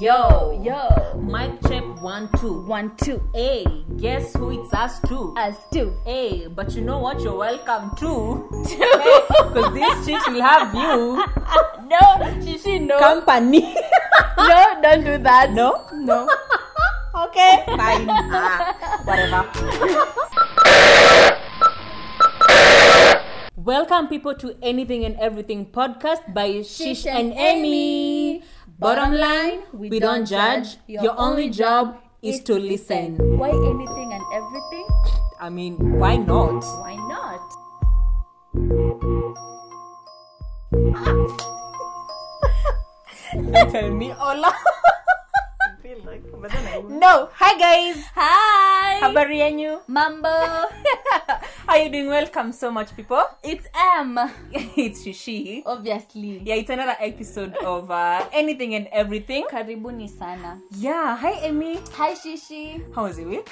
Yo, Yo, mic check one two. one, two, Hey, guess who it's us to? us two. Hey, but you know what? You're welcome to because this shit will have you no, she, she, no. company. No, don't do that. no, No. okay, fine, ah, whatever. Welcome people to Anything and Everything podcast by Shish and Amy. Bottom line, we don't judge. Your only job is to listen. Why anything and everything? I mean, why not? Why not? Tell me, Ola. No. Hi guys, Hi. habari yenyu? Mambo. How you doing? Welcome so much, people. it's M. it's Shishi. Obviously. Yeah, it's another episode of uh, anything and everything. Karibuni sana. Yeah. Hi, Amy. Hi, Shishi. How was your week?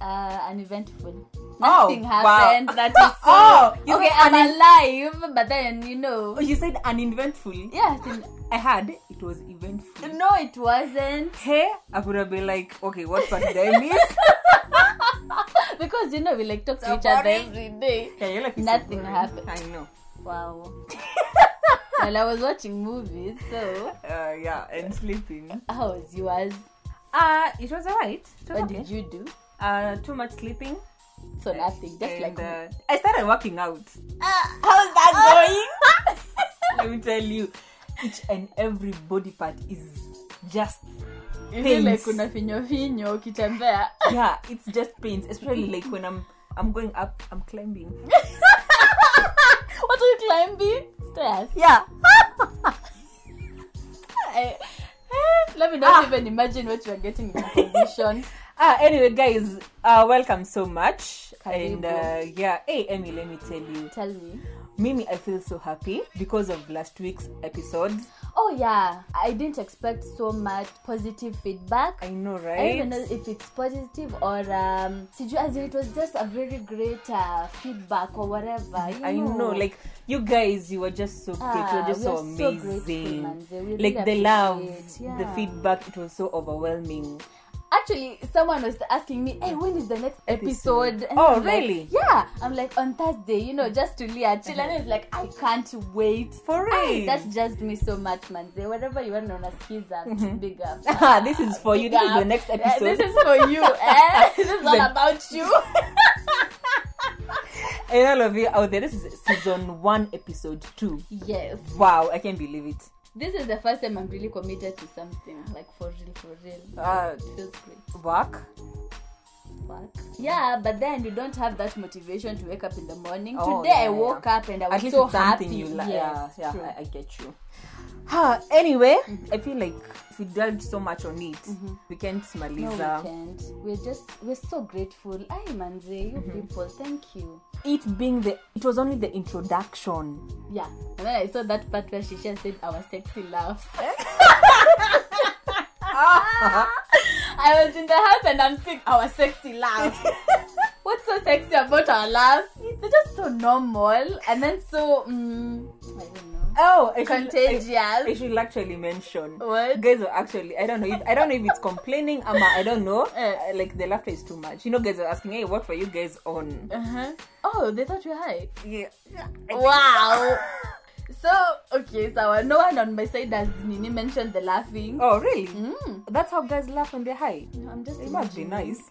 Uh, uneventful. Oh, Nothing wow. happened. That is so. Oh, you okay, said I'm alive, but then you know. Oh, you said uneventful. Yes. in- I had it was eventful. No, it wasn't. Hey, I could have been like, okay, what part did I miss? Because you know we like talk to So each other boring. every day. yeah, your life is so Nothing boring. happened. I know. Wow. well, I was watching movies, so Uh, yeah, and sleeping. how was yours? Uh, it was alright. It was What okay. did you do? Uh, too much sleeping. So nothing, just and, like me. uh, I started working out. Ah, how's that going? Let me tell you, each and every body part is just going? Ile pains. kuna finyo finyo ukitembea. yeah, it's just pains, especially like when I'm I'm going up, I'm climbing. What are you climbing? Stairs. Yeah. I, eh, let me not even imagine what you are getting in position. Ah, anyway, guys, uh, welcome so much, and Karibu. uh, yeah, hey Emmy, let me tell you, Tell me. Mimi, I feel so happy because of last week's episode. Oh yeah, I didn't expect so much positive feedback. I know, I don't even right? know if it's positive or um sijui as in it was just a very great uh, feedback or whatever you I know, like you guys, you were just so great. you Ah, were just we so are so grateful, amazing. Manze. We really like the love, appreciate, the yeah. feedback, it was so overwhelming. actually someone was asking me hey when is the next episode And Oh, I'm like, really? yeah i'm like on thursday you know just to leah chill and it's like i can't wait For Ay, real. that's just me so much manze whatever you want to unaskiza big up Ah, this is for you. This is Yeah. the next Eh, episode. this is for you eh? this is all Then- about you And all of you out there, this is season one, episode two. yes Wow, I can't believe it. this is the first time i'm really committed to something like for real for real Uh, It feels great work. work. Yeah, but then you don't have that motivation to wake up in the morning. Oh, Today I yeah, woke yeah. up and I At was least so it's something happy. you like. yes, yeah, true. yeah, I, I get you. Huh, anyway, I feel like if we delved so much on it, we can't Mm-hmm. no, we Maliza. can't. We're just we're so grateful. Ay manze, you Mm-hmm. people, thank you. It being the, it was only the introduction. Yeah. And then I saw that part where she just said our sexy laugh. I was in the house and I'm seeing our sexy laugh. What's so sexy about our laughs? They're just so normal and then so mm, I don't know. Oh, I should- Contagious. I should actually mention. What? Guys were actually, I don't know if I don't know if it's complaining ama I don't know. Eh. Uh, like the laughter is too much. You know, guys were asking, hey, what were you guys on? Uh-huh. Oh, they thought you were high. Yeah. Wow. so okay, so no one on my side has Nini mentioned the laughing. Oh, really? Mm. That's how guys laugh when they're high. No, I'm just It must be imagining. nice.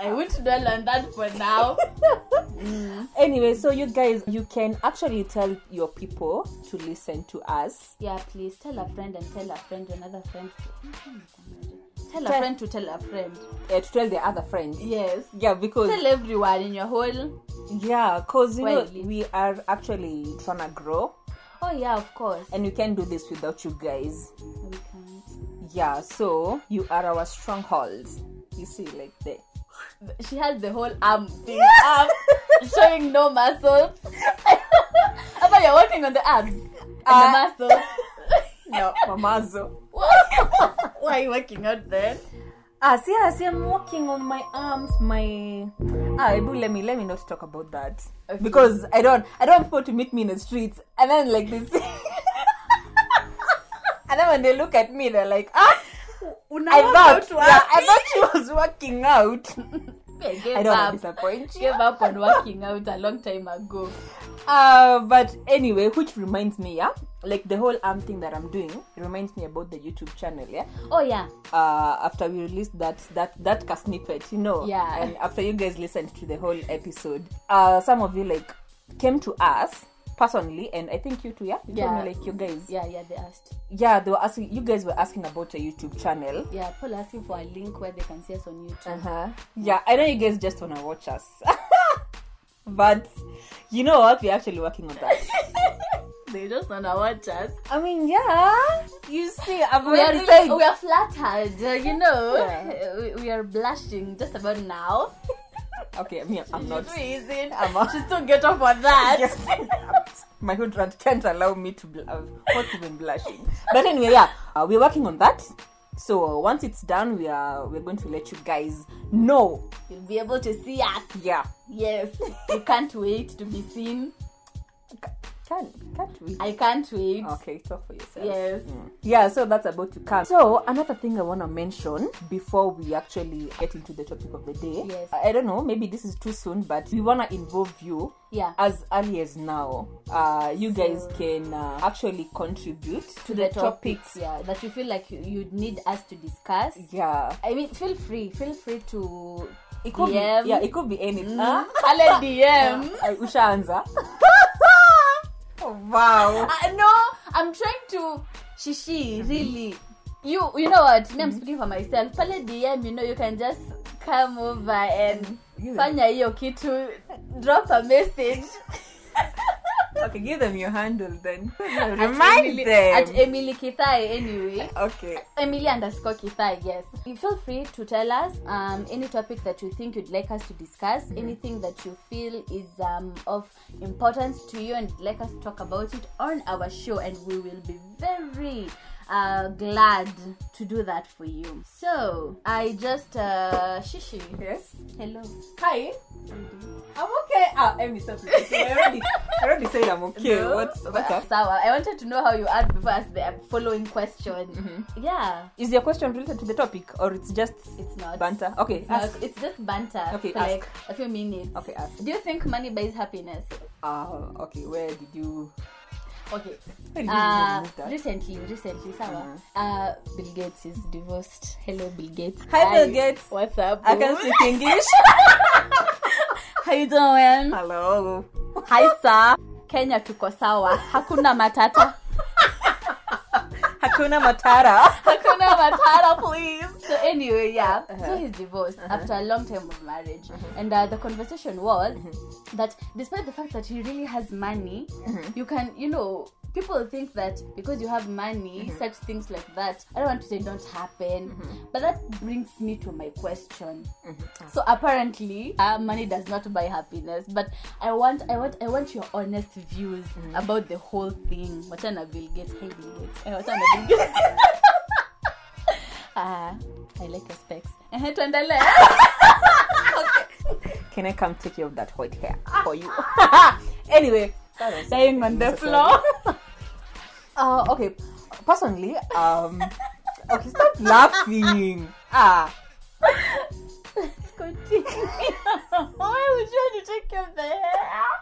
I won't dwell on that for now. anyway, so you guys, you can actually tell your people to listen to us. yeah, please tell a friend and tell a friend to another friend. To... Tell a Tell- friend to tell a friend. Uh, to tell their other friends. Yes. Yeah, because Tell everyone in your whole. yeah, cause you know Widely. we are actually trying to grow, Oh yeah, of course. and we can't do this without you guys. We can't. Yeah, so you are our stronghold. You see, like the She has the whole arm thing up, showing no muscles. I thought you're working on the abs and Uh, the muscles. no mamazo. Why are you working out then? Ah, see, I see, I'm working on my arms, my. Ah, Ibu, let me let me not talk about that Okay. because I don't I don't want people to meet me in the streets and then like this. And then when they look at me, they're like, ah. Una I work thought, out yeah, wapi? I thought she was working out. Give I don't want up. to disappoint you. Gave up on working out a long time ago. Uh, but anyway, which reminds me, yeah, like the whole arm thing that I'm doing reminds me about the YouTube channel, yeah. Oh yeah. uh, after we released that that that cast snippet, you know, Yeah. and after you guys listened to the whole episode, uh, some of you like came to us personally, and I think you too, yeah, you Yeah. told me like you guys, yeah. Yeah, yeah, they asked. they were asking, you guys were asking about a YouTube channel. Yeah, Paul asking for a link where they can see us on YouTube. Uh-huh. Yeah, I know you guys just wanna watch us, but you know what? We're actually working on that. They just wanna watch us. I mean, yeah, you see, I've We are, already oh, said. we are flattered, uh, you know. Yeah. We, we are blushing just about now. Okay, I mean, I'm not. She's freezing. I'm not. She still get up on that. Yes. my hydrant can't allow me to bl- uh, what even blushing but anyway yeah uh, we're working on that so uh, once it's done we are we're going to let you guys know You'll be able to see us. yeah Yes. we can't wait to be seen. can can't we I can't wait. okay talk for yourself Yes. Mm. yeah so that's about to come so another thing i want to mention before we actually get into the topic of the day Yes. I, I don't know maybe this is too soon but we want to involve you Yeah. as early as now uh you guys can uh, actually contribute to, the, topics yeah, that you feel like you, you'd need us to discuss. yeah I mean, feel free, feel free to it could DM. be yeah it could be anything Mm. Ah, Pale DM. ah, ushaanza oh, wow Uh, no, I'm trying to shishi really. You you know what? Me, I'm speaking for myself. Pale DM, you know, you can just come over and Give them, fanya hiyo kitu, drop a message. okay give them your handle then at remind Emily, them at Emily Kithai anyway. okay Emily underscore Kithai, yes. You feel free to tell us um, any topic that you think you'd like us to discuss, anything that you feel is um, of importance to you and you'd like us to talk about it on our show, and we will be very uh, glad to do that for you. So, I just, uh, Shishi, yes hello. hi i'm okay ah Emmy, stop it. i already i already said i'm okay No, what's what's up Sawa, I wanted to know how you are before I ask the following question. Mm-hmm. Yeah, is your question related to the topic or it's just it's not. banter okay It's, not- ask it's just banter Okay, for ask. like a few minutes. okay ask Do you think money buys happiness? uh okay where did you Okay. where did you Uh, remove that? recently, recently, sawa. Mhm. Uh, Bill Gates is divorced. Hello, Bill Gates. Hi, Bill Gates. What's up? i boo? can speak english How you doing? hello Hi, sir. Kenya tuko sawa. Hakuna matata. hakuna matara Hakuna matata, please. So anyway, yeah. So Uh-huh. he's divorced after a long time of marriage, and uh, the conversation was Mm-hmm. that despite the fact that he really has money, you can, you know. People think that because you have money, Mm-hmm. such things like that, I don't want to say don't happen. But that brings me to my question. Mm-hmm. So apparently, uh, money does not buy happiness. But I want, I want, I want your honest views Mm-hmm. about the whole thing. Wachana Bill Gates, hey Bill Gates, Eh, wachana Bill Gates. Ah, I like your specs. Ehe, Eh, tuendelee. Can I come take care of that white hair for you? anyway, Lying on the Necessary. floor. uh, okay. Personally, um, okay, stop laughing. Ah, Let's continue. Why would you want to take care of the hair?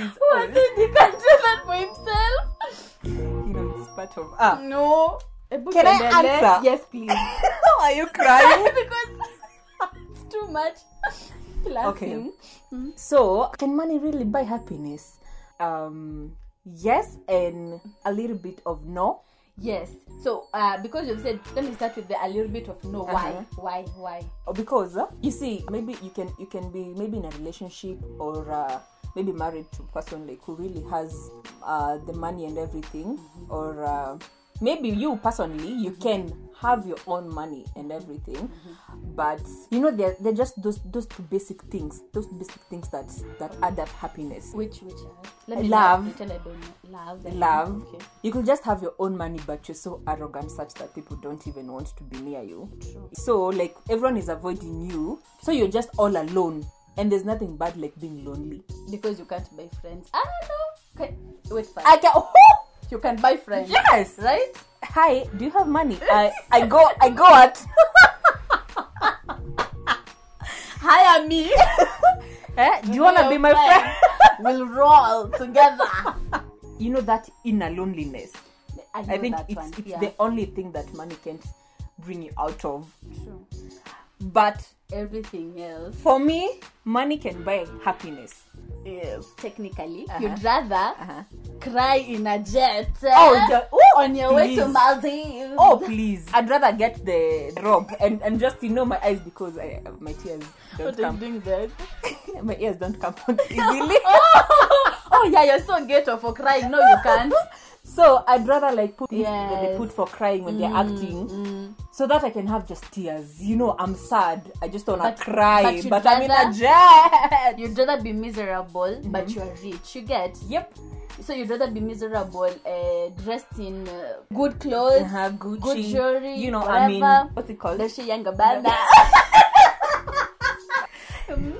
Who has said he can't do that for himself? you know it's part of. Ah, No. Ebu Can I tuendelee. answer? Yes, please. are you crying? because it's too much. Laughing. Hmm? So, can money really buy happiness? Um, yes, and a little bit of no. Yes. So, uh, because you've said, let me start with the, a little bit of no. Why? Uh-huh. Why? Why? Uh, because uh, you see maybe you can you can be maybe in a relationship or uh, maybe married to a person like who really has uh, the money and everything or uh, maybe you personally you can have your own money and everything but you know they're, they're just those those two basic things those basic things that that add up happiness Which, which? Uh, let Love. Pretend I don't know. Love. then- love Okay. you could just have your own money but you're so arrogant such that people don't even want to be near you True. so like everyone is avoiding you so you're just all alone and there's nothing bad like being lonely because you can't buy friends. I don't know. Okay, Ah, wait first. i can you can buy friends. Yes. Right? Hi, do you have money? I I go I go at Hire me. eh, do you wanna be my friend? we'll roll together. You know that inner loneliness. I, know I think that it's, one. it's yeah. the only thing that money can't bring you out of. True. But Everything else. for me, money can buy happiness. Yes. Technically, Uh-huh. you'd rather Uh-huh. cry in a jet. eh? Oh, ja- oh, on your way to please. Maldives. Oh please! I'd rather get the robe and, and just you know my eyes because I, my tears don't what are you come. doing there? my ears don't come out easily. oh yeah, you're so ghetto for crying. No, you can't. So I'd rather like put that they Yes. put for crying when they're acting, Mm. so that I can have just tears. You know, I'm sad. I just wanna But- cry, but you'd but, I'm in a rather- jet. You'd rather be miserable, but Mm-hmm. you are rich. You get Yep. so you'd rather be miserable, uh, dressed in uh, good clothes, Uh-huh, Gucci. good jewelry, You know, I mean, whatever. what's it called? Dolce and Gabbana.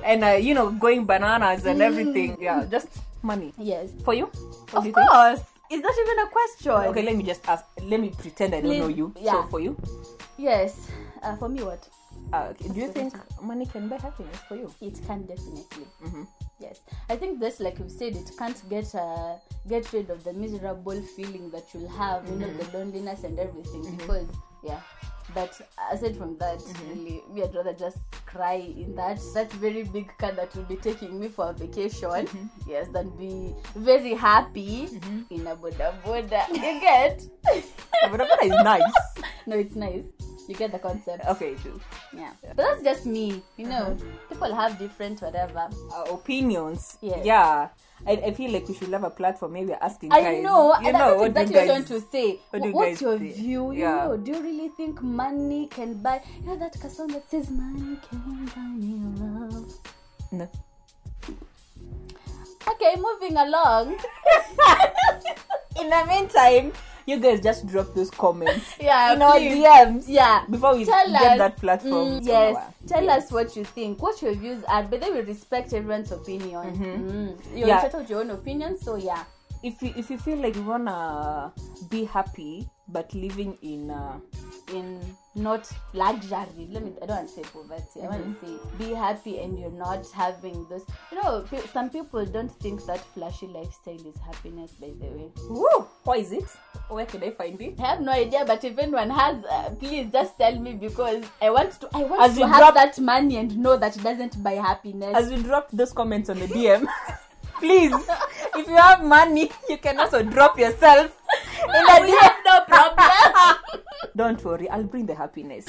and uh, you know, going bananas and everything. Yeah, just money yes, for you. What Mm. do of you think? course. Is that even a question? Okay, let me just ask. Let me pretend I don't Please, know you. So yeah. for you, Yes. Uh, for me, what? uh, okay, do you the think money can buy happiness for you? It can definitely. Mhm. Yes, I think that's like you said. It can't get uh, get rid of the miserable feeling that you'll have, you know, the loneliness and everything. Because yeah, but aside from that, really, me I'd rather just cry in that that very big car that will be taking me for a vacation. Yes, than be very happy in a boda boda. You get? but that is nice. no, it's nice. You get the concept. Okay, do Yeah, but that's just me. You know, people have different whatever. uh, opinions. Yes. Yeah. I, I feel like we should have a platform maybe asking I guys. know, You and know that's what do you exactly what I guys- want to say. what do you Wh- What's guys your think? view? You Yeah. know, do you really think money can buy? You know that song that says money can buy me love. No. Okay, moving along. In the meantime, you guys just drop those comments Yeah, in our please. DMs Yeah. before we Tell get us. that platform. Mm, to yes. our- Tell us what you think, what your views are, but then we respect everyone's opinion. Mm. You're Mm-hmm. Yeah. entitled to your own opinion, so yeah. If you if you feel like you wanna be happy but living in uh, in not luxury. Let me. I don't want to say poverty. I want Mm-hmm. to say be happy, and you're not having this. You know, pe- some people don't think that flashy lifestyle is happiness. By the way, woo, what is it? Where can I find it? I have no idea. But if anyone has, uh, please just tell me because I want to. I want As to we have drop- that money and know that it doesn't buy happiness. As we drop those comments on the DM, please, if you have money, you can also drop yourself in we the have no problem. DM. Don't worry, I'll bring the happiness.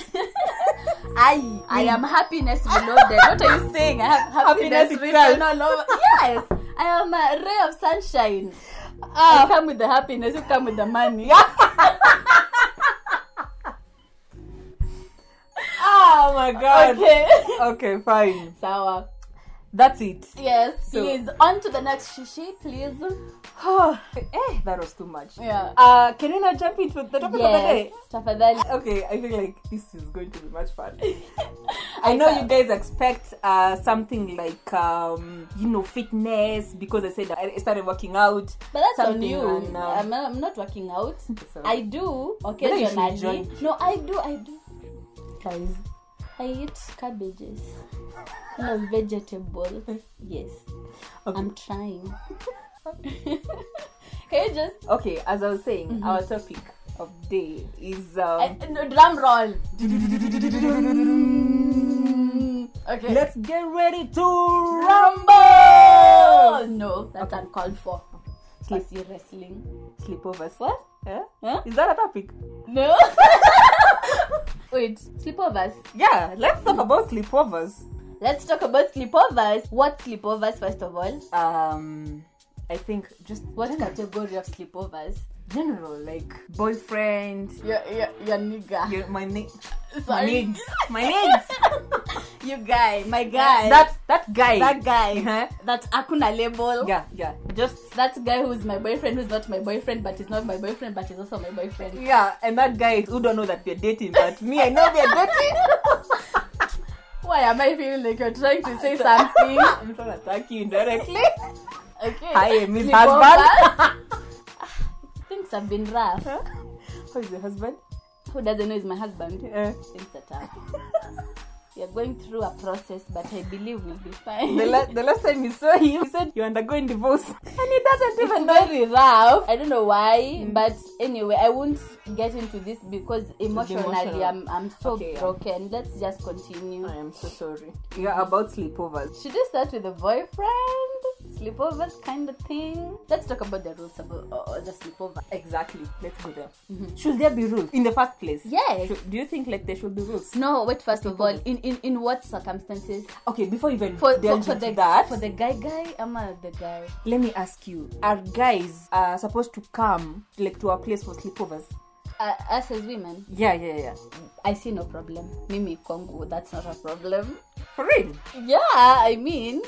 I I am happiness reloaded. What are you saying? I have happiness, Happiness written itself. all over. Yes, I am a ray of sunshine. Ah. I come with the happiness. You come with the money. Oh my god. Okay. okay, fine. Sawa. That's it. Yes. So- please. On to the next shishi, please. eh, that was too much. Yeah. Uh, can we now jump into the topic of the Yes. day? Tafadhali. Okay, I feel like this is going to be much fun. I know you guys expect uh, something like um, you know fitness because I said I I started working out. But that's on something you. on, um, I'm, I'm not working out. So- I do Whether you should occasionally. join. No, I do. I do. guys. I eat cabbages. No vegetables. Yes. Okay. I'm trying. Can you just Okay, as I was saying, Mm-hmm. our topic of day is um, I- no, drum roll? Okay. let's get ready to rumble. rumble. No, that's Okay. uncalled for. Sleep. Fussy wrestling. Sleepovers. What? Eh? Huh? Is that a topic? No. Wait, sleepovers. Yeah, let's talk about sleepovers. Let's talk about sleepovers. What sleepovers, first of all? Um, I think just What category of sleepovers? general like boyfriend. Your, your, your nigga. Your, my name. My Sorry. needs. My needs. You guy, my guy. That that guy. that guy. Uh-huh. That Akuna label. Yeah, yeah. Just That guy who's my boyfriend, who's not my boyfriend, but he's not my boyfriend, but he's also my boyfriend. yeah, and that guy who don't know that we're dating, but me, I know we're dating. Why am I feeling like you're trying to say something? I'm trying to attack you indirectly. Okay. Hi, Miss Sleepover. I Husband. think have been rough. How is your husband? Who doesn't know is my husband? Uh, Things are tough. We are going through a process, but I believe we'll be fine. the, la- the last time you saw him, he said you're undergoing divorce. And he doesn't It's even know. very rough. I don't know why, but anyway, I won't get into this because emotionally emotional. I'm, I'm so Okay, yeah. broken. Let's just continue. I am so sorry. You're about sleepovers. Should I start with a boyfriend? Sleepovers kind of thing. Let's talk about the rules about or, or the sleepover. Exactly. Let's go there. Should there be rules in the first place? Yes. Should- do you think like there should be rules? No, wait. First of all, in, in in what circumstances? Okay, before even For for, delve for into the that, for the guy guy, I'm a the guy. let me ask you: Are guys uh, supposed to come like to our place for sleepovers? Uh, us as women, Yeah, yeah, yeah. I see no problem. Mimi Kongo, that's not a problem. For real? Yeah, I mean,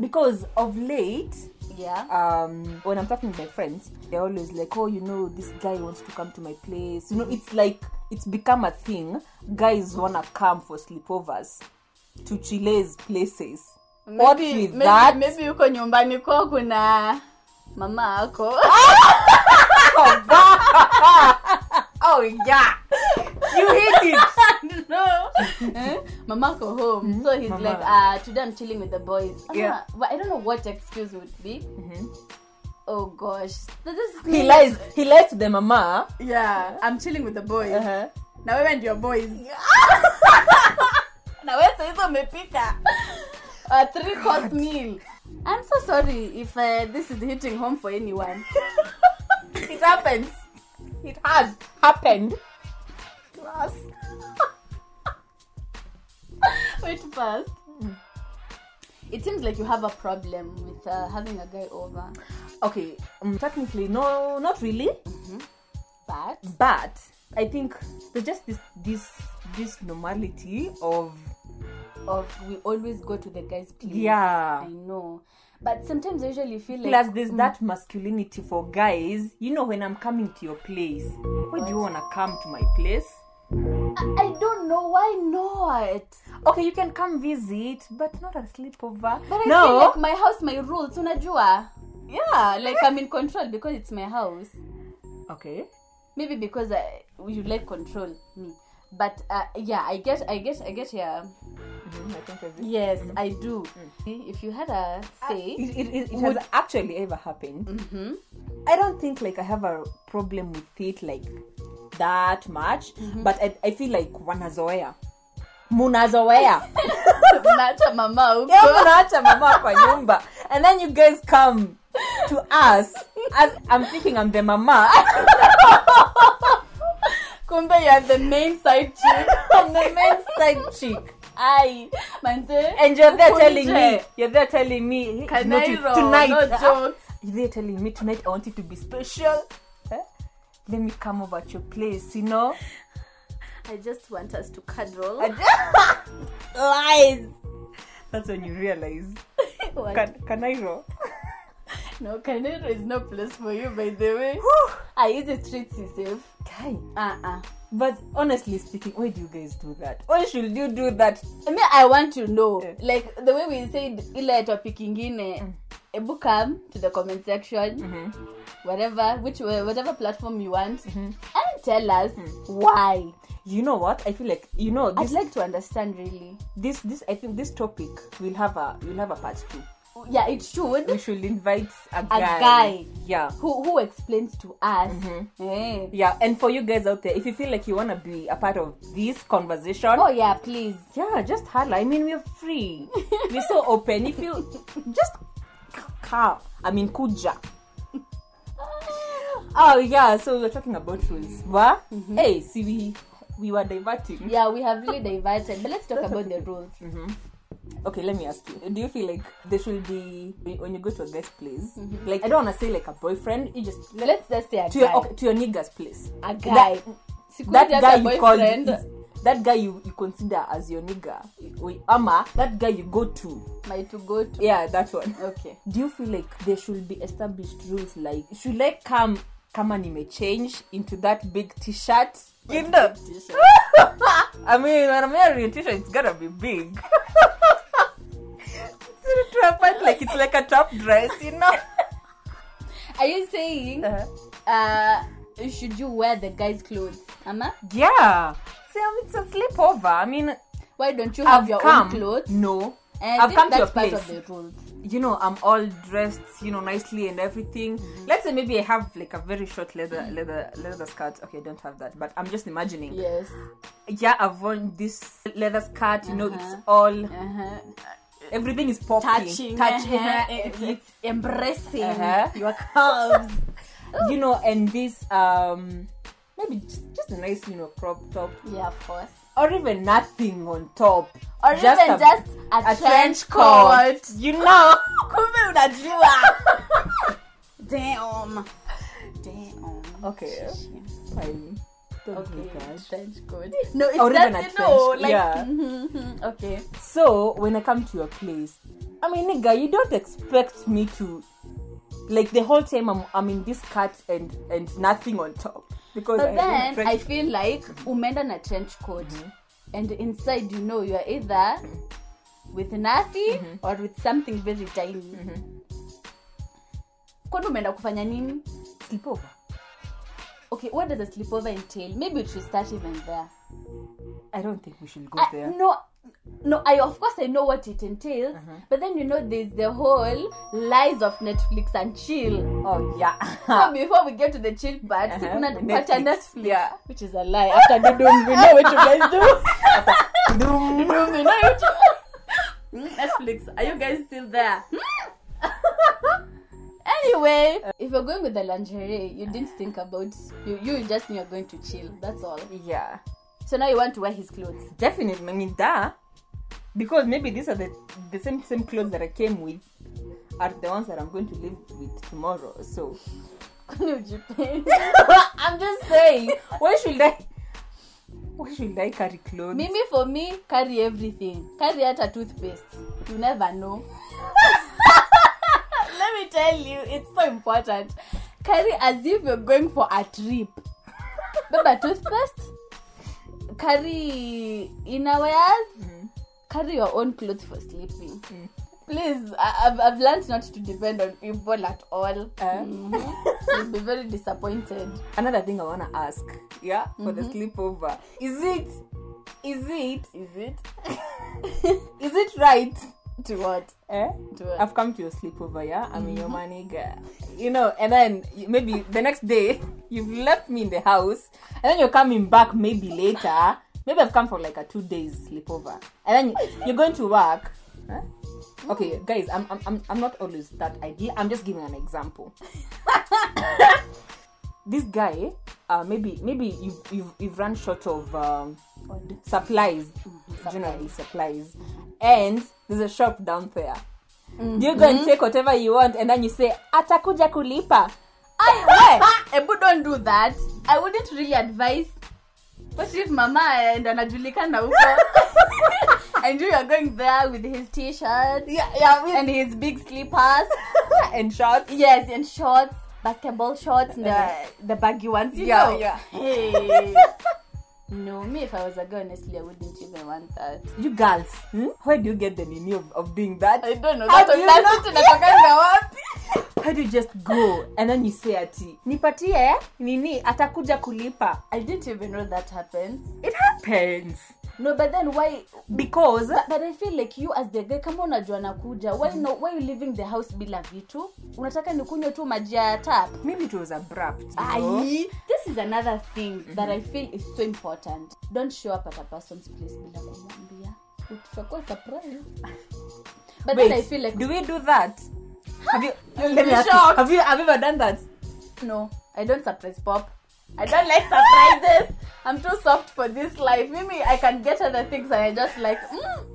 Because of late, yeah. um, when I'm talking with my friends, they're always like, "Oh, you know, this guy wants to come to my place." You know, it's like it's become a thing. Guys wanna come for sleepovers to Chile's places. what with maybe, maybe, that? maybe yuko nyumbani kwao kuna mama ako Oh yeah, you hit it. no Eh? mama ako home so he's Mama. like uh, today i'm chilling with the boys I'm Yeah. not- but i don't know what excuse would be oh gosh this is He lies. He lies to the mama. yeah i'm chilling with the boys Uh-huh. na wewe ndio boys na wewe saizi umepika a three course meal i'm so sorry if uh, this is hitting home for anyone It happens. It has happened to us. Wait first. Hmm. It seems like you have a problem with uh, having a guy over, Okay, um, technically, no, not really. but but I think there's just this this this normality of of we always go to the guy's place. yeah. mm. I know. But sometimes I usually feel like Plus, there's that masculinity for guys. You know, when I'm coming to your place, why do you wanna come to my place? I, I don't know why not. Okay, you can come visit, but not a sleepover. But I feel no, like my house, my rules, unajua. Yeah, like I'm in control because it's my house. okay. Maybe because I, you like control me. But uh, yeah, I get, I get, I get. Yeah, Mhm, I think I've- yes, I do. If you had a say, It, it, it, it has actually ever happened. Mhm. I don't think like I have a problem with it like that much, but I, I feel like wanazoea, munazoea. mnaacha mama huko. Yeah, mnaacha mama kwa nyumba and then you guys come to us as i'm thinking i'm the mama kumbe you are the main side chick i'm the main side chick ai manze and you're there Ukunje. telling me you're there telling me "No, to- Kanairo, tonight Ah, no jokes. you're there telling me tonight i want you to be special Eh? let me come over at your place you know i just want us to cuddle lies that's when you realize What? can, can i roll no Kanairo is no place for you by the way i easy streets is safe Guy, uh-uh but honestly speaking why do you guys do that why should you do that I mean, I want to know, Yeah. like the way we said ile topic ingine. Ebu come to the comment section, Mm-hmm. whatever, which eh, whatever platform you want, and tell us why. you know what i feel like you know I'd this like to understand really. this this i think this topic will have a will have a part two Yeah, it should. we should invite a guy, guy. yeah who who explains to us Mm-hmm. eh. yeah and for you guys out there if you feel like you want to be a part of this conversation oh yeah please yeah just holla i mean we're free we're so open if you just come i mean kuja oh yeah so we were talking about rules what Mm-hmm. hey see we we were diverting yeah we have really diverted but let's talk about the rules okay let me ask you do you feel like there should be when you go to a guy's place like i don't want to say like a boyfriend you just let, let's just say a to your Mm-hmm. guy okay, to your nigger's place a guy Siku that hizi hata guy you call boyfriend. is- that guy you, you consider as your nigger We- ama that guy you go to my to go to yeah that one okay do you feel like there should be established rules like should i come kama nimechange into that big t-shirt you know I mean, when I'm wearing a t-shirt, it's gotta be big. it's to a point like it's like a top dress, you know. are you saying uh, should you wear the guy's clothes? Ama? yeah see I mean, it's a sleepover i mean Why don't you have i've your come own clothes? no And I i've think come to that's a part place of the rules. you know i'm all dressed you know nicely and everything Mm-hmm. let's say maybe i have like a very short leather leather leather skirt okay I don't have that but i'm just imagining yeah, Yes. i've worn this leather skirt you know it's Uh-huh. all Uh-huh. everything is popping Touching. touching uh-huh. It's, it's, it's embracing Uh-huh. your curves. Oh. you know and this um maybe just, just a nice you know crop top yeah, of course. or even nothing on top Or even just a, trench coat. you know Kumbe unajua. Damn. Damn. Okay. Fine. Don't Okay, do that. trench coat. No, it's Or even just, a you know, trench- like, yeah. mhm, okay. So when I come to your place, I mean, nigga, you don't expect me to, like, the whole time I'm, I'm in this cut and and nothing on top because But I then don't I feel like umeenda na trench coat and inside you know you're either with nothing or with something very tiny. Kwani umeenda kufanya nini? sleep over. Okay, what does a sleepover entail? Maybe we should start even there. I don't think we should go I, there. Uh, no no i of course i know what it entails but then you know there's the whole lies of netflix and chill Oh yeah. so before we get to the chill part Uh-huh. sikuna Netflix. pata Ah. netflix Yeah. which is a lie after dudum we know what you guys do Doom. dudum we know what you Hmm, netflix are you guys still there Hmm? anyway if you're going with the lingerie you didn't think about you you just knew you're going to chill that's all yeah. so now you want to wear his clothes Definitely. I mean, duh. Because maybe these are the the same same clothes that I came with are the ones that I'm going to live with tomorrow. So Kwani ujipende? I'm just saying, why should I? Why should I carry clothes? mimi for me carry everything carry hata toothpaste you never know let me tell you it's so important carry as if you're going for a trip beba toothpaste carry innerwears carry your own clothes for sleeping please I, I've, I've learned not to depend on people at all Eh? Mhm. you'll be very disappointed Another thing I wanna ask, yeah, for the sleepover, is it, is it, is it is it right? to what Eh? to what Mm-hmm. I've come to your sleepover, yeah. I'm in your money, girl. You know, and then you- maybe the next day you've left me in the house, and then you're coming back maybe later. Maybe I've come for like a two days sleepover, and then you're going to work. Huh? Mm. Okay, guys, I'm, I'm- I'm I'm not always that ideal. I'm just giving an example. this guy, uh, maybe maybe you've you've, you've run short of. Um, supplies, generally supplies, and there's a shop down there. You go and take whatever you want, and then you say atakuja kulipa. I wear. Ebu don't do that. I wouldn't really advise. What if mama and anajulikana huko? and you are going there with his t-shirt yeah, and his big slippers. and shorts. yes, and shorts, basketball shorts, and the, the baggy ones. You Yeah, know? yeah. Hey. no, me if I was a girl, honestly, I wouldn't even want that. You girls, hmm? where do you get the meaning of, of doing that? I don't know. How That do you audacity know? inatokana wapi? Why do you just go and then you say ati nipatie nini atakuja kulipa? eh? I didn't even know that happens. It happens No, but then why because But- but i feel like you as the guy kama unajua nakuja why, no, why you leaving the house bila vitu unataka nikunywe tu maji ya tap maybe it was abrupt. you know? Ai, this is another thing that i feel is so important don't show up at a person's place bila kumwambia utakuwa surprised but then i Wait, feel like do we do that? Have you, let me I'm ask you, shocked. have you have you ever done that? no i don't surprise pop i don't like surprises i'm too soft for this life mimi i can get other things and i just like mm,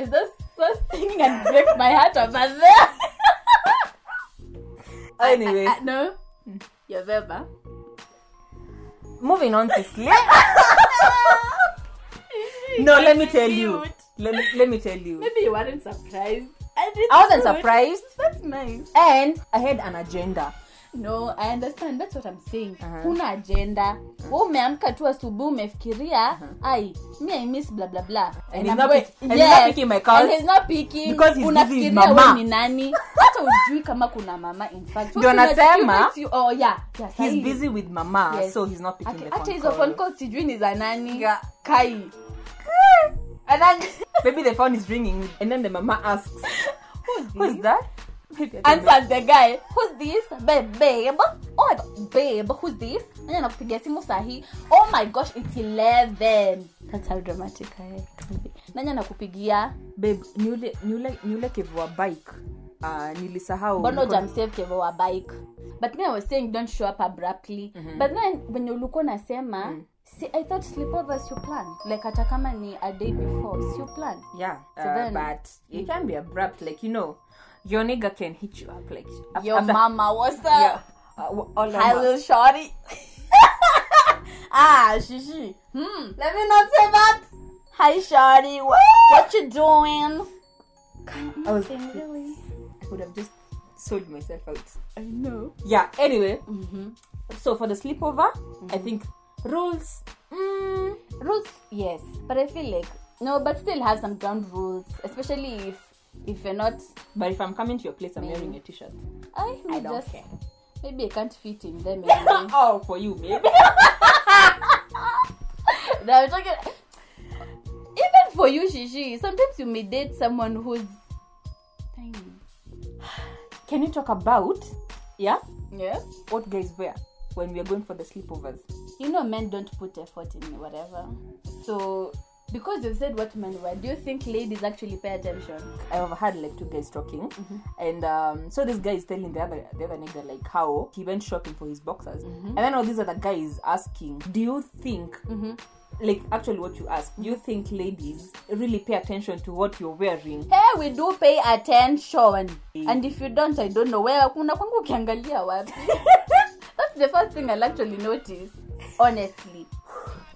is this first thing and break my heart over there Anyway, I, I, Uh, no Mm. you're Weber. moving on to sleep. no, let me tell you. Cute. Let me, let me tell you. maybe you weren't surprised I wasn't surprised, that's nice and I had an agenda. no i understand that's what i'm saying huna uh-huh. agenda uh-huh. umeamka tu asubuhi umefikiria uh-huh. ai me i miss blah blah blah And he's I'm not going- pick- and he's not picking my calls and he's not picking. because he's busy unafikiria with mama. wewe ni nani hata ujui kama kuna mama in fact Ndio What you- nasema. what you- oh yeah yeah he's sahi. busy with mama Yes. so he's not picking Aki- the hata phone hizo call. phone calls sijui ni za nani Yeah. kai And then- maybe the phone is ringing and then the mama asks who's that Maybe I don't know. answers the guy who's this babe babe oh my god babe who's this anya nakupigia simu sahi oh my gosh it's 11 that's how dramatic i have to be nanya nakupigia babe niule niule niule kivua bike uh, nilisahau mbona nilikuwa- ujamsave kevo wa bike but me i was saying don't show up abruptly mm-hmm. but then when ulikuwa unasema mm. see i thought sleepovers you plan like hata kama ni a day before si you plan yeah uh, then- but it can be abrupt like you know your nigga can hit you up like af- your after- mama what's up yeah uh, w- all I over. will shorty. ah, shishi. Hmm. Let me not say that. Hi, shorty. What, what you doing? I was- really. I would have just sold myself out I know. yeah anyway Mm-hmm. so for the sleepover i think rules Mm, rules, yes, but I feel like no, but still have some ground rules, especially if if you're not. but if i'm coming to your place i'm Maybe. wearing a t-shirt I, i may don't just care maybe I can't fit in them. Anyway. oh for you babe no, I'm talking. Even for you, shishi, sometimes you may date someone who's tiny. can you talk about yeah Yeah. what guys wear when we are going for the sleepovers you know men don't put effort in whatever so because you've said what men were do you think ladies actually pay attention I've had like two guys talking, and um, so this guy is telling the other the other nigga like how he went shopping for his boxers, and then all these other guys asking, do you think? Like actually, what you ask, do you think ladies really pay attention to what you're wearing? hey Eh, we do pay attention and if you don't i don't know where kuna kwangu ukiangalia wapi that's the first thing i'll actually notice honestly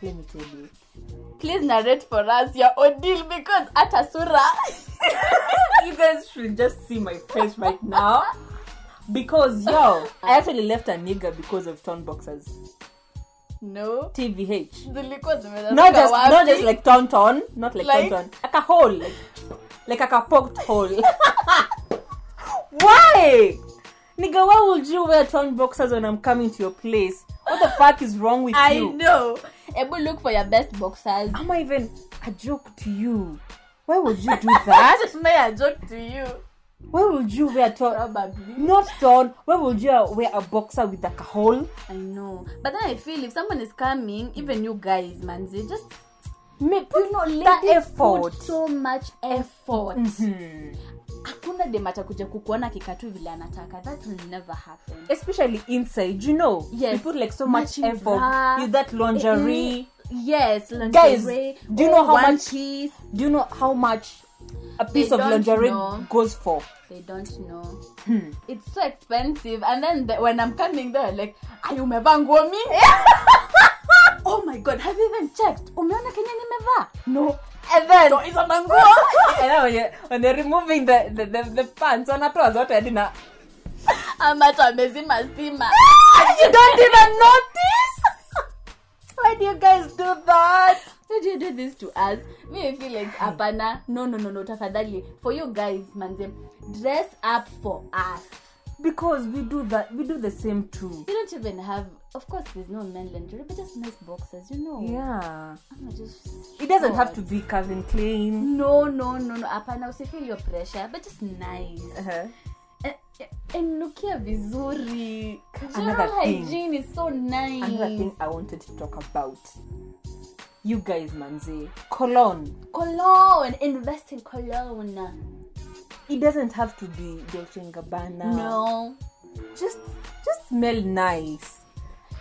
Let me tell you, please narrate for us your own deal because hata sura you guys should just see my face right now, because yo, I actually left a nigga because of torn boxers. no TVH. zilikuwa zimetoka not just wapi? not just like tonton not like, Like- tonton like a hole like, like a poked hole why nigga why would you wear torn boxers when i'm coming to your place what the fuck is wrong with i you know ebu look for your best boxers am i even a joke to you why would you do that just made a joke to you why would you wear torn probably not torn why would you wear a boxer with like a hole I know. But then I feel if someone is coming, even you guys, manzi, just make you know, that ladies effort put so much effort. Hmm. Hakuna dem atakuja kukuona kikatu vile anataka. That will never happen. especially inside you know Yes. you put like so much Matching effort bra. you that Mm, lingerie Yes, lingerie. Guys, do you know all how one much- piece. do you know how much a piece of don't lingerie know. goes for They don't know. Hmm. It's so expensive. And then the, when I'm coming there, like, "Ay, umevaa nguo mingi?" Oh my god, have you even checked? Umeona Kenya nimevaa? no And then, hizo manguo. and then when, you, when they're removing the the, the, the pants wanatoa zote hadi na ama hata amezima stima you don't even notice why do you guys do that Why do you do this to us me I feel like hapana no no no no tafadhali for you guys manze dress up for us because we do that we do the same too you don't even have of course there's no men lingerie but just nice boxes you Oh. know yeah Ama just it doesn't have to be Calvin Klein no no no no hapana usifeel your pressure but just nice uh-huh. Eh, eh, enukia vizuri Another general thing. hygiene is so nice another thing I wanted to talk about you guys manze cologne cologne invest in cologne it doesn't have to be Dolce and Gabbana no just just smell nice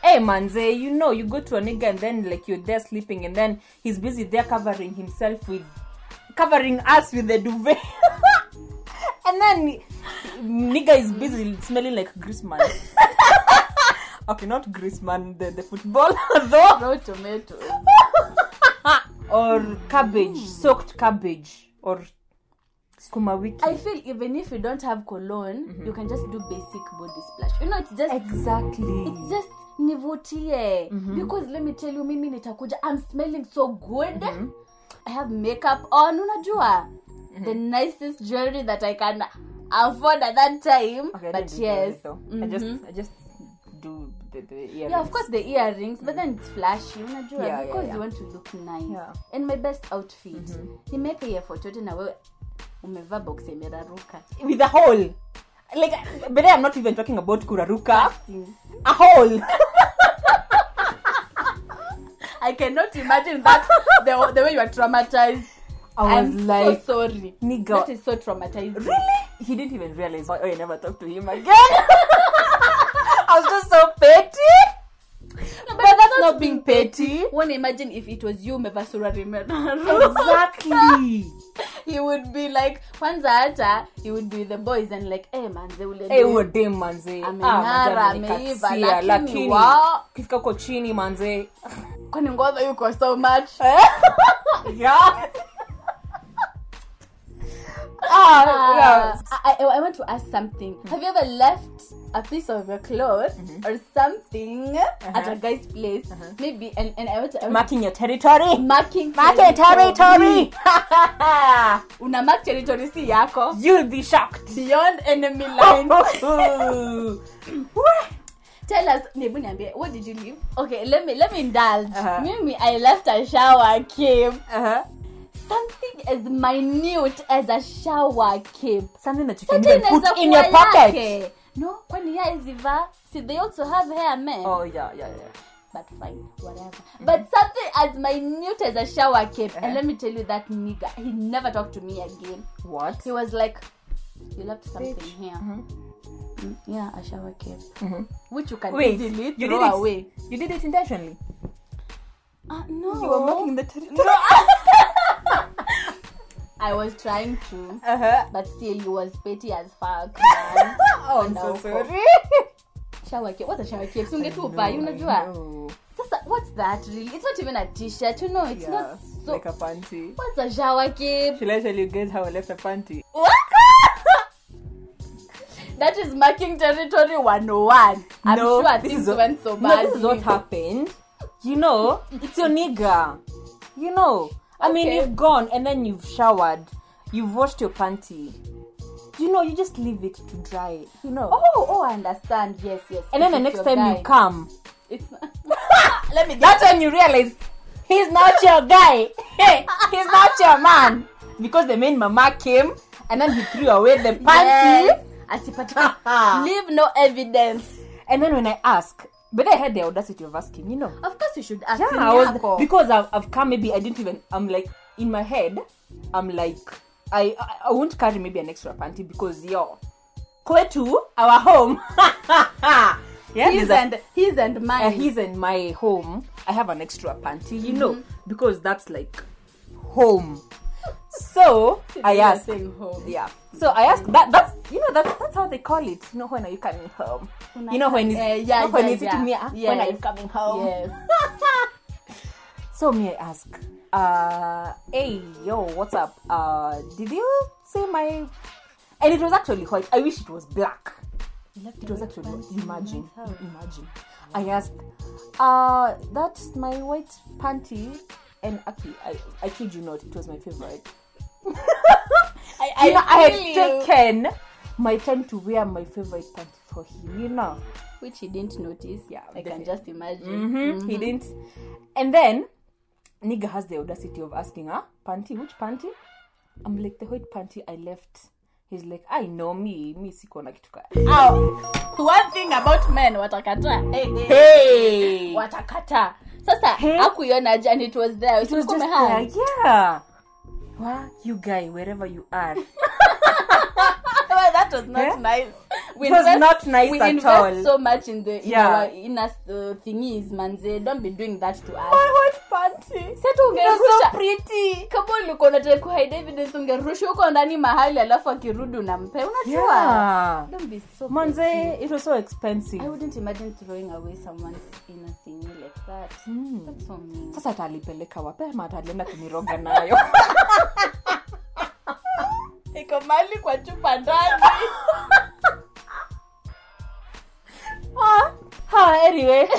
hey manze you know you go to a nigga and then like you're there sleeping and then he's busy there covering himself with covering us with the duvet and then nigga is busy smelling like Griezmann okay not Griezmann the, the footballer though no tomatoes or cabbage soaked cabbage or Skuma wiki. I feel even if you don't have cologne, Mm-hmm. you can just do basic body splash. You know, it's just exactly. it's just nivutie Mm-hmm. because let me tell you mimi nitakuja i'm smelling so good Mm-hmm. i have makeup on unajua the nicest jewelry that i can afford at that time okay, I don't but do jewelry, yes though. I Mhm. just I just do the, the earrings. yeah of course the earrings but then it's flashy unajua Yeah, yeah, because yeah. you want to look nice Yeah. Mm-hmm. and my best outfit ni make a year for chote na wewe umevaa box imeraruka with a hole. Like, but I'm not even talking about kuraruka. A hole. i cannot imagine that the, the way you are traumatized I was I'm like, so sorry. nigga. That is so traumatizing. really? He didn't even realize. Oh, I never talked to him again. I was just so petty. No, but that's not not being being petty. petty. One imagine if it was you, Mevasura Rimera. Exactly. he would be like, kwanza hata, he would be the boys and like, eh, manze ule. Eh, ni- huyo dem manze. Ah, Ameng'ara, manze ameiva, amenikatia, lakini lakini wao- ukifika huko chini manze. Kwani ngoja yuko so much. Eh, Yeah. Ah, yeah. Ah, I, I, I want to ask something. Mm-hmm. Have you ever left a piece of your clothes or something at Uh-huh. a guy's place? Maybe, and, and I want to. I want Marking your territory. marking Mark your territory. una mark territory si yako You'll be shocked. beyond enemy Oh, lines Wah. tell us hebu niambie what did you leave okay let me let me indulge Uh-huh. mimi i left a shower cape Uh-huh. something as minute as a shower cape Something that you can Hata even inaweza put in kuwa your pocket. yake. no kwani ya iziva see they also have hair men Oh yeah, yeah, yeah. but fine whatever but something as minute as a shower cape Uh-huh. and let me tell you that nigga he never talked to me again What? Uh-huh. he was like you left something Bitch. here Mm, yeah a shower cape Mhm. which you can Wait, easily you throw did it- away You did it intentionally. Ah, uh, no You were marking the territory. I was trying to, Uh-huh. but still, you was petty as fuck. man. oh, I'm so Wonderful. sorry. shower cape. What's a shower cape? Sunge tu I upa, you know, know, I jua. know. Sasa, what's that really? It's not even a t-shirt, you know. It's Yeah, not so. like a panty. what's a shower cape? Should I tell you guys how I left a panty? What? that is marking territory 101. I'm no, sure this things is what, went so no, bad. this is what happened. You know, it's your nigga. You know, I mean, Okay. you've gone and then you've showered, you've washed your panty. You know, you just leave it to dry. You know, Oh, oh, I understand. Yes, yes. and then the If next it's time your you guy. come, It's not. let me. That's when you realize he's not your guy. Hey, he's not your man because the main mama came and then he threw away the panty. Yes. Asipata. Leave no evidence. And then when I ask, but I had the audacity of asking, you know. Of course, you should ask yeah, him I was, yako. because I've, I've come maybe I didn't even I'm like in my head I'm like I I, I won't carry maybe an extra panty because yo kwetu our home yeah his there's a, and his and mine. uh, his and my home I have an extra panty you know Mm-hmm. because that's like home so I You are asked saying home. yeah so I asked that that's you know that's that's how they call it you know when are you coming home you know when it's, Eh, yeah, you know, when yeah, it's to yeah. me ah, when are you Yes. coming home Yes. So me I ask, uh, hey yo, what's up? Uh, did you see my? And it was actually white. I wish it was black. It was actually white. imagine, imagine. I asked, uh, that's my white panty. And actually, I, I kid you not, it was my favorite. I, I, you know, feel I had you. taken my time to wear my favorite panty for him. You know. which he didn't notice. Yeah, I can definitely. just imagine. Mhm, He didn't. And then, nigga has the audacity of asking, huh? Panty? Which panty? I'm like, the white panty I left. He's like, I know me. Me siko na kitu ka- Ow. Oh, One thing about men, watakata. Eh, Hey, hey. Hey! Watakata. Sasa Hey. hakuiona je and it was there. It It was just there. Yeah. Wow, you guy, wherever you are. well, that was not Yeah. nice. We It was not nice we at invest all. so much in the in Yeah. our in us uh, thingies, manze. Don't be doing that to us. My white panty. Sasa so ungerusha pretty. Kama ulikuwa unataka kuhide evidence ungerusha huko ndani mahali alafu akirudi unampea. Unajua? Yeah. Don't be so petty. Manze, it was so I expensive. wouldn't imagine throwing away someone's inner thingy like that. Hmm. That's so mean. Mm. Sasa atalipeleka wapi ama atalienda kuniroga nayo? Iko mali kwa chupa ndani Ah, ah, anyway.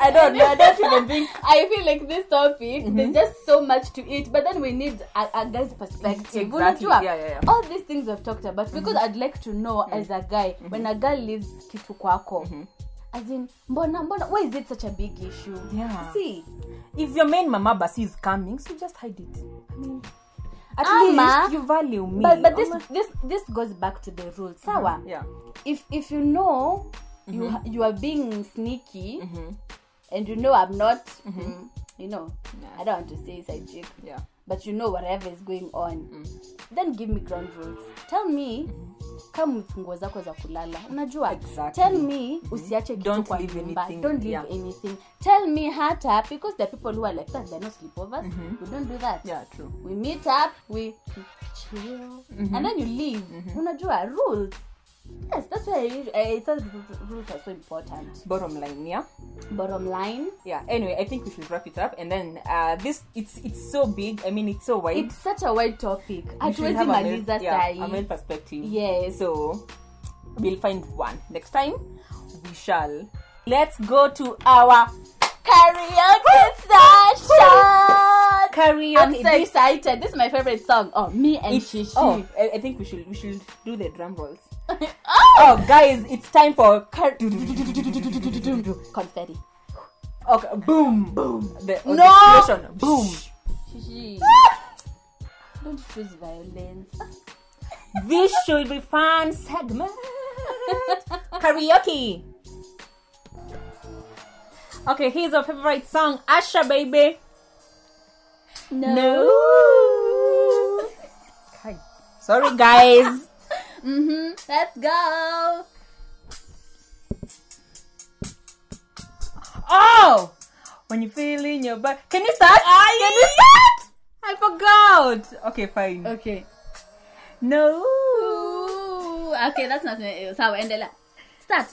I don't know. I don't even think. Mm-hmm. I feel like this topic, there's just so much to it. But then we need a, a guy's perspective. Exactly. unajua? Yeah, yeah, Mm-hmm. yeah. All these things we've talked about because I'd like to know as a guy when a girl leaves kitu kwako. Mm-hmm. As in, mbona mbona why is it such a big issue? Yeah. See, If your main mama basi is coming, so just hide it. I mean, at Ama- least you value me. but Mm-hmm. but this Ama- this this goes back to the rule. Sawa. Yeah. If if you know Mm-hmm. you ha- you are being sneaky and you know I'm not, Mm-hmm. mm, you know, Yeah. I don't want to say it's a joke. Yeah. but you know whatever is going on Mm. then give me ground rules tell me come with nguo zako za kulala unajua Mm-hmm. Exactly. Mm-hmm. tell me usiache kitu Don't kwa leave nyumba anything, don't leave yeah. anything tell me hata because the people who are like that they're not sleepovers Mm-hmm. we don't do that Yeah. True. we meet up we chill Mm-hmm. and then you leave unajua rules yes that's why I, I thought rules are so important Bottom line, yeah. bottom line Yeah. Anyway, I think we should wrap it up, and then uh, this it's it's so big. I mean, it's so wide. it's such a wide topic We hatuwezi should Mm-hmm. have a male- maliza yeah, sahi a male perspective. Yes. So we'll find one next time. We shall. Let's go to our karaoke session. karaoke. I'm so This- excited. This is my favorite song. Oh, me and it's- Shishi. oh, I, I think we should we should do the drum rolls. Ah! oh, guys, it's time for car- Confetti. okay, boom, boom. The, oh, the No. explosion. boom. Shishi. Don't choose violence. this should be fun segment. Karaoke. Okay, here's our favorite song, Asha baby. No. Hi. Sorry, guys. Mm-hmm. Let's go. oh, when you feel in your butt, can you start? Can you start? I forgot. Okay, fine. Okay. No. Ooh. Okay, that's not it. Sawa, endelea. Start.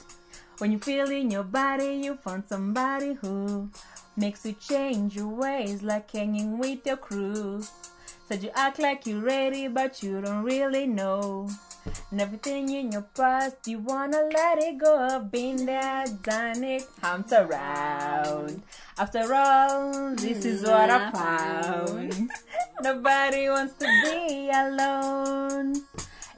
When you feel in your body, you found somebody who makes you change your ways, like hanging with your crew. Said you act like you're ready, but you don't really know. And everything in your past, you wanna let it go. Been there, done it, humped around. After all, this is what I found. Nobody wants to be alone.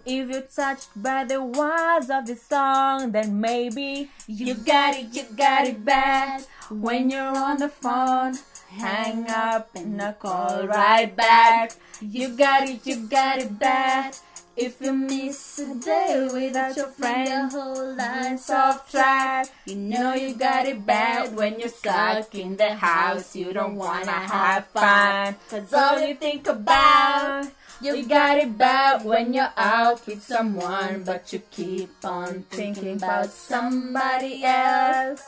If you're touched by the words of the song, then maybe you got it, you got it bad. When you're on the phone, hang up and I'll call right back. You got it, you got it bad. If you miss a day without your friend, the whole lines off track. You You know you got it bad when you're stuck in the house. You don't wanna have fun. Cause all you think about, you got it bad when you're out with someone. But you keep on thinking about somebody else.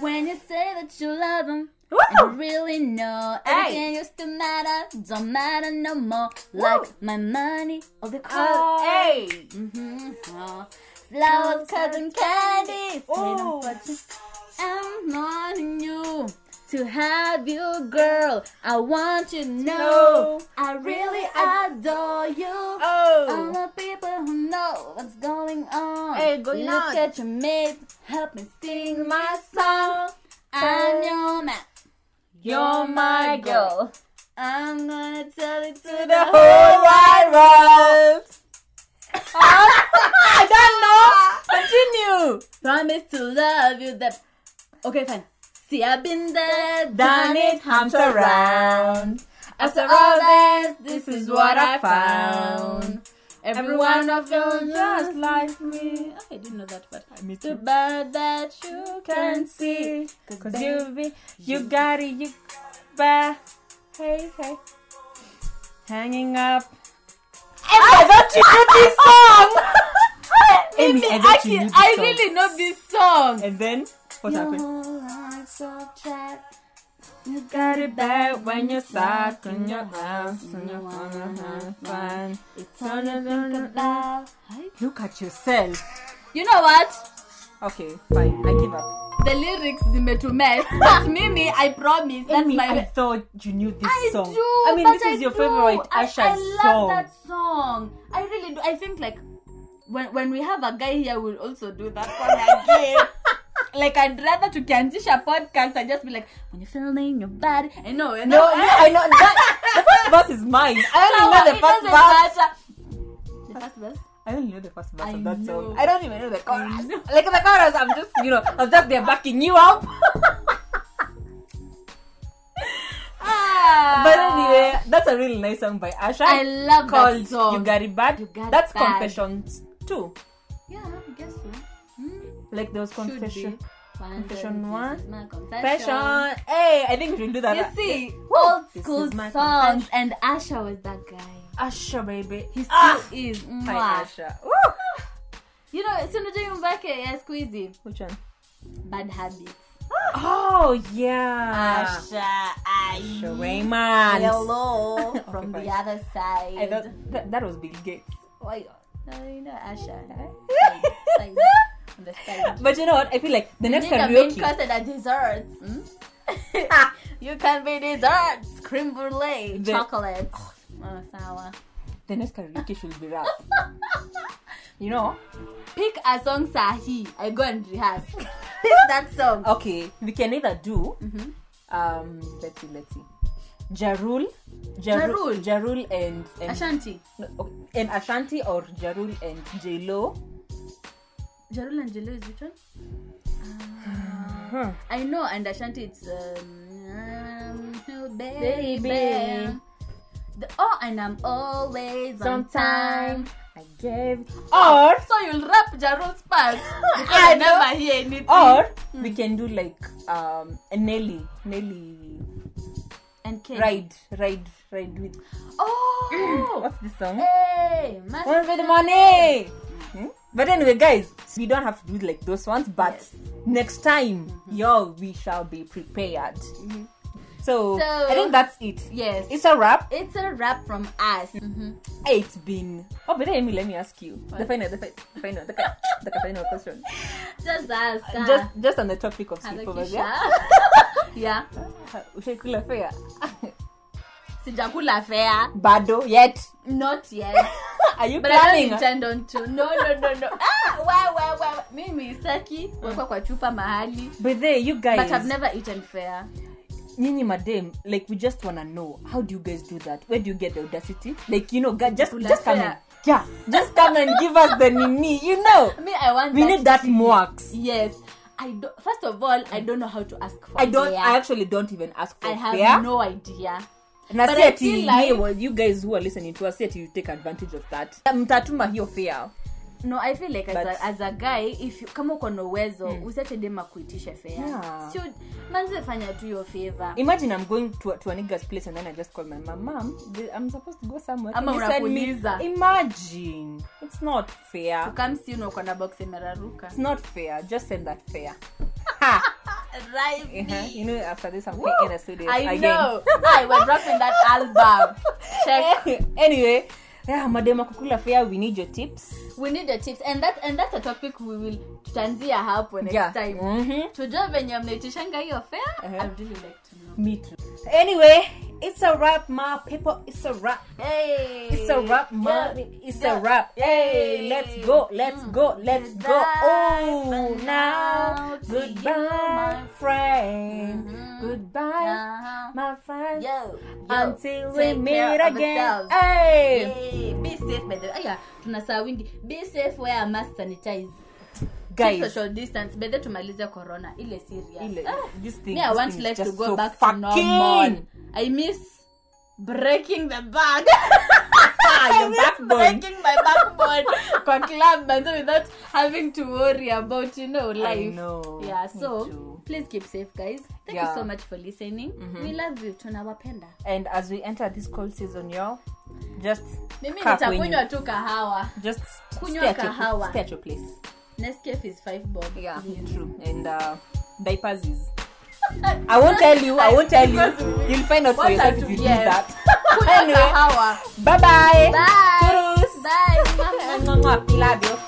When you say that you love them, I Woo! really know Hey. everything used to matter, don't matter no more. Woo. Like my money or the car. Oh, hey! Mhm. Oh. Flowers, cotton candy. Oh. Sweet and fudgy. I'm wanting you to have you, girl. I want you to know. No. I really adore you. All Oh! the people who know what's going on. Hey, going Look on. at your mate, help me sing my My song, I'm your man. you're my girl. I'm gonna tell it to The the whole wide world! I don't know! Continue! Promise to love you that. Okay, fine. See, I've been there, Done it, humped around. After all Oh, this, this is what I found. Everyone of you just Oh, like me. I didn't know that part. Me Too too. bad that you Can can't see, see. cause you be, you got it, you bye. Hey, hey. Hanging up. I thought you knew this song. Amy, I thought you knew this I song. really know this song. And then what happened? You got it bad when you're stuck in your house and you wanna have fun. It's all all I think about. Look at yourself. You know what? Okay, fine. I give up. the lyrics zimetumes but mimi i promise that's Amy, I my thought you knew this I song. do. I mean, but this is I your do. favorite I, Usher I love song. that song. I really do. I think like when when we have a guy here, we'll also do that one again. like I'd rather to tukianzisha podcast and just be like, when you're feeling your bad. I know. I No, know. no, I know that. The first verse is mine. I only know the It first doesn't verse. matter. The first verse. I only know the first verse I of that know. song. I don't even know the chorus. know. Like the chorus, I'm just you know, I'm just there backing you up. Ah, But anyway, that's a really nice song by Asha. I love called that song. You Got It Bad. You Got It that's Bad. confessions too. yeah, I guess so. Hmm, Like there was should be. confession. One, Confession this is one. my confession. Confession. Hey, I think we should do that. You see, Woo! old This school is my songs, and Asha was that guy. Asha baby. He's Ah, ah, is my mwah. Asha. Woo! You know, si unajua wimbo yake ya siku hizi Which one? bad habits. Oh yeah. Asha, I Asha Raymond. hello from Okay, the other side. I thought that, that was Bill Gates. Why? No, you know Asha. Side. On the side. But you know what? I feel like the next Need a main karaoke. course and a dessert. Hmm? you can be dessert, creme brulee, Ah. The- chocolate. Oh, sour. The next karaoke should be rap. you know? Pick a song sahi. I go and rehearse. Pick that song. Okay, we can either do. Um, let's see, let's see. Jarul, Jarul. Jarul, Jarul, and and, Ashanti. no, okay, and Ashanti or Jarul and J Lo. Jarul and Jello is which one? I know, and Ashanti, it's um, um, baby. Baby. The, oh, and I'm always on time. I gave or So you'll rap Jarul's part because I I, know. never hear anything. or we can do like um Nelly, Nelly, and K. ride, ride, ride with. Oh, What's this song? hey, must- One with money. Hmm? But anyway, guys, we don't have to do like those ones, but Yes. Mm-hmm. next time, y'all, we shall be prepared. So, So- I think that's it. yes. It's a wrap. It's a rap from us. Mm-hmm. It's been. Oh, but Amy, let me ask you the final, the, fi- the final, the, ki- the final question. Just us. uh, Just, just on the topic of sleepovers. Hakikisha. Yeah. yeah. Ushaikula fair? Sijakula fair. Bado yet? Not yet. Are you but I planning? don't intend on to. No, no, no, no. Ah, wow, wow, wow. Mimi sitaki kuwekwa kwa chupa mahali. But there, you guys. But I've never eaten fair. nyinyi madam like we just wanna know how do you guys do that where do you get the audacity like you know gu- just Kula just come fair. and yeah just come and give us the nini you know I mean, I want we need that marks Yes. I don't, first of all, I don't know how to ask for i don't fair. i actually don't even ask for I have fair no idea. na but si I ati feel nyie like- wa- you guys who are listening to us si ati you take advantage of that mtatuma hiyo fair no i feel like as But- Hmm. a, as a guy if you, kama uko na uwezo usiache dema kuitisha fea Yeah. sio manze fanya tu your favor imagine i'm going to, a- to a nigger's place and then i just call my mom mom the- i'm supposed to go somewhere Ama Can you send me-" unakuuliza. imagine it's not fair ukam siuna uko na box imeraruka it's not fair just send that fair Right. Uh-huh. You know, after this, I'm Woo! taking a studio i again. know i was dropping that album Eh. check anyway, yeah, madam Kukula Fair, we need your tips. we need the tips and that and that's a topic we will tutanzia hapo next yeah. time Mhm. tujue venye mnaitishanga hiyo fea Uh-huh. i'd really like to know Me too. Anyway, it's a wrap, my people. It's a wrap. hey It's a wrap, ma. Yeah. It's Yeah. Mm. a wrap. Hey, Hey. let's go, let's go, let's go. Goodbye Oh, for now, now to goodbye, you, my friend. Mhm. Goodbye, Uh-huh. my friend. Yo, yo. Until we Take meet care of again. ourselves. Hey. Yay, be safe by the way. Aya, tuna saa wingi be safe wear a mask sanitize Keep guys. social distance bedhe tumalize corona ile serious Ile- Ah, this thing, me i this want thing is life to just go so back to fucking- normal i miss breaking the bag Ah, I your miss backbone. breaking my backbone kwa club manzo without having to worry about you know life know, yeah me so too. please keep safe guys thank Yeah. Mm-hmm. you so much for listening we love you tunawapenda and as we enter this cold season y'all just mimi kaa kwenye- nitakunywa tu kahawa just kunywa stay at, your, kahawa. stay at your place Nescafe is five bob. true and uh, diapers is i won't tell you i won't tell you Because we- you'll find out for What yourself are if two- you do yes. that Kunywa anyway kahawa. bye bye Bye. Toodles. Bye. Mama. Mwah, mwah, mwah. love you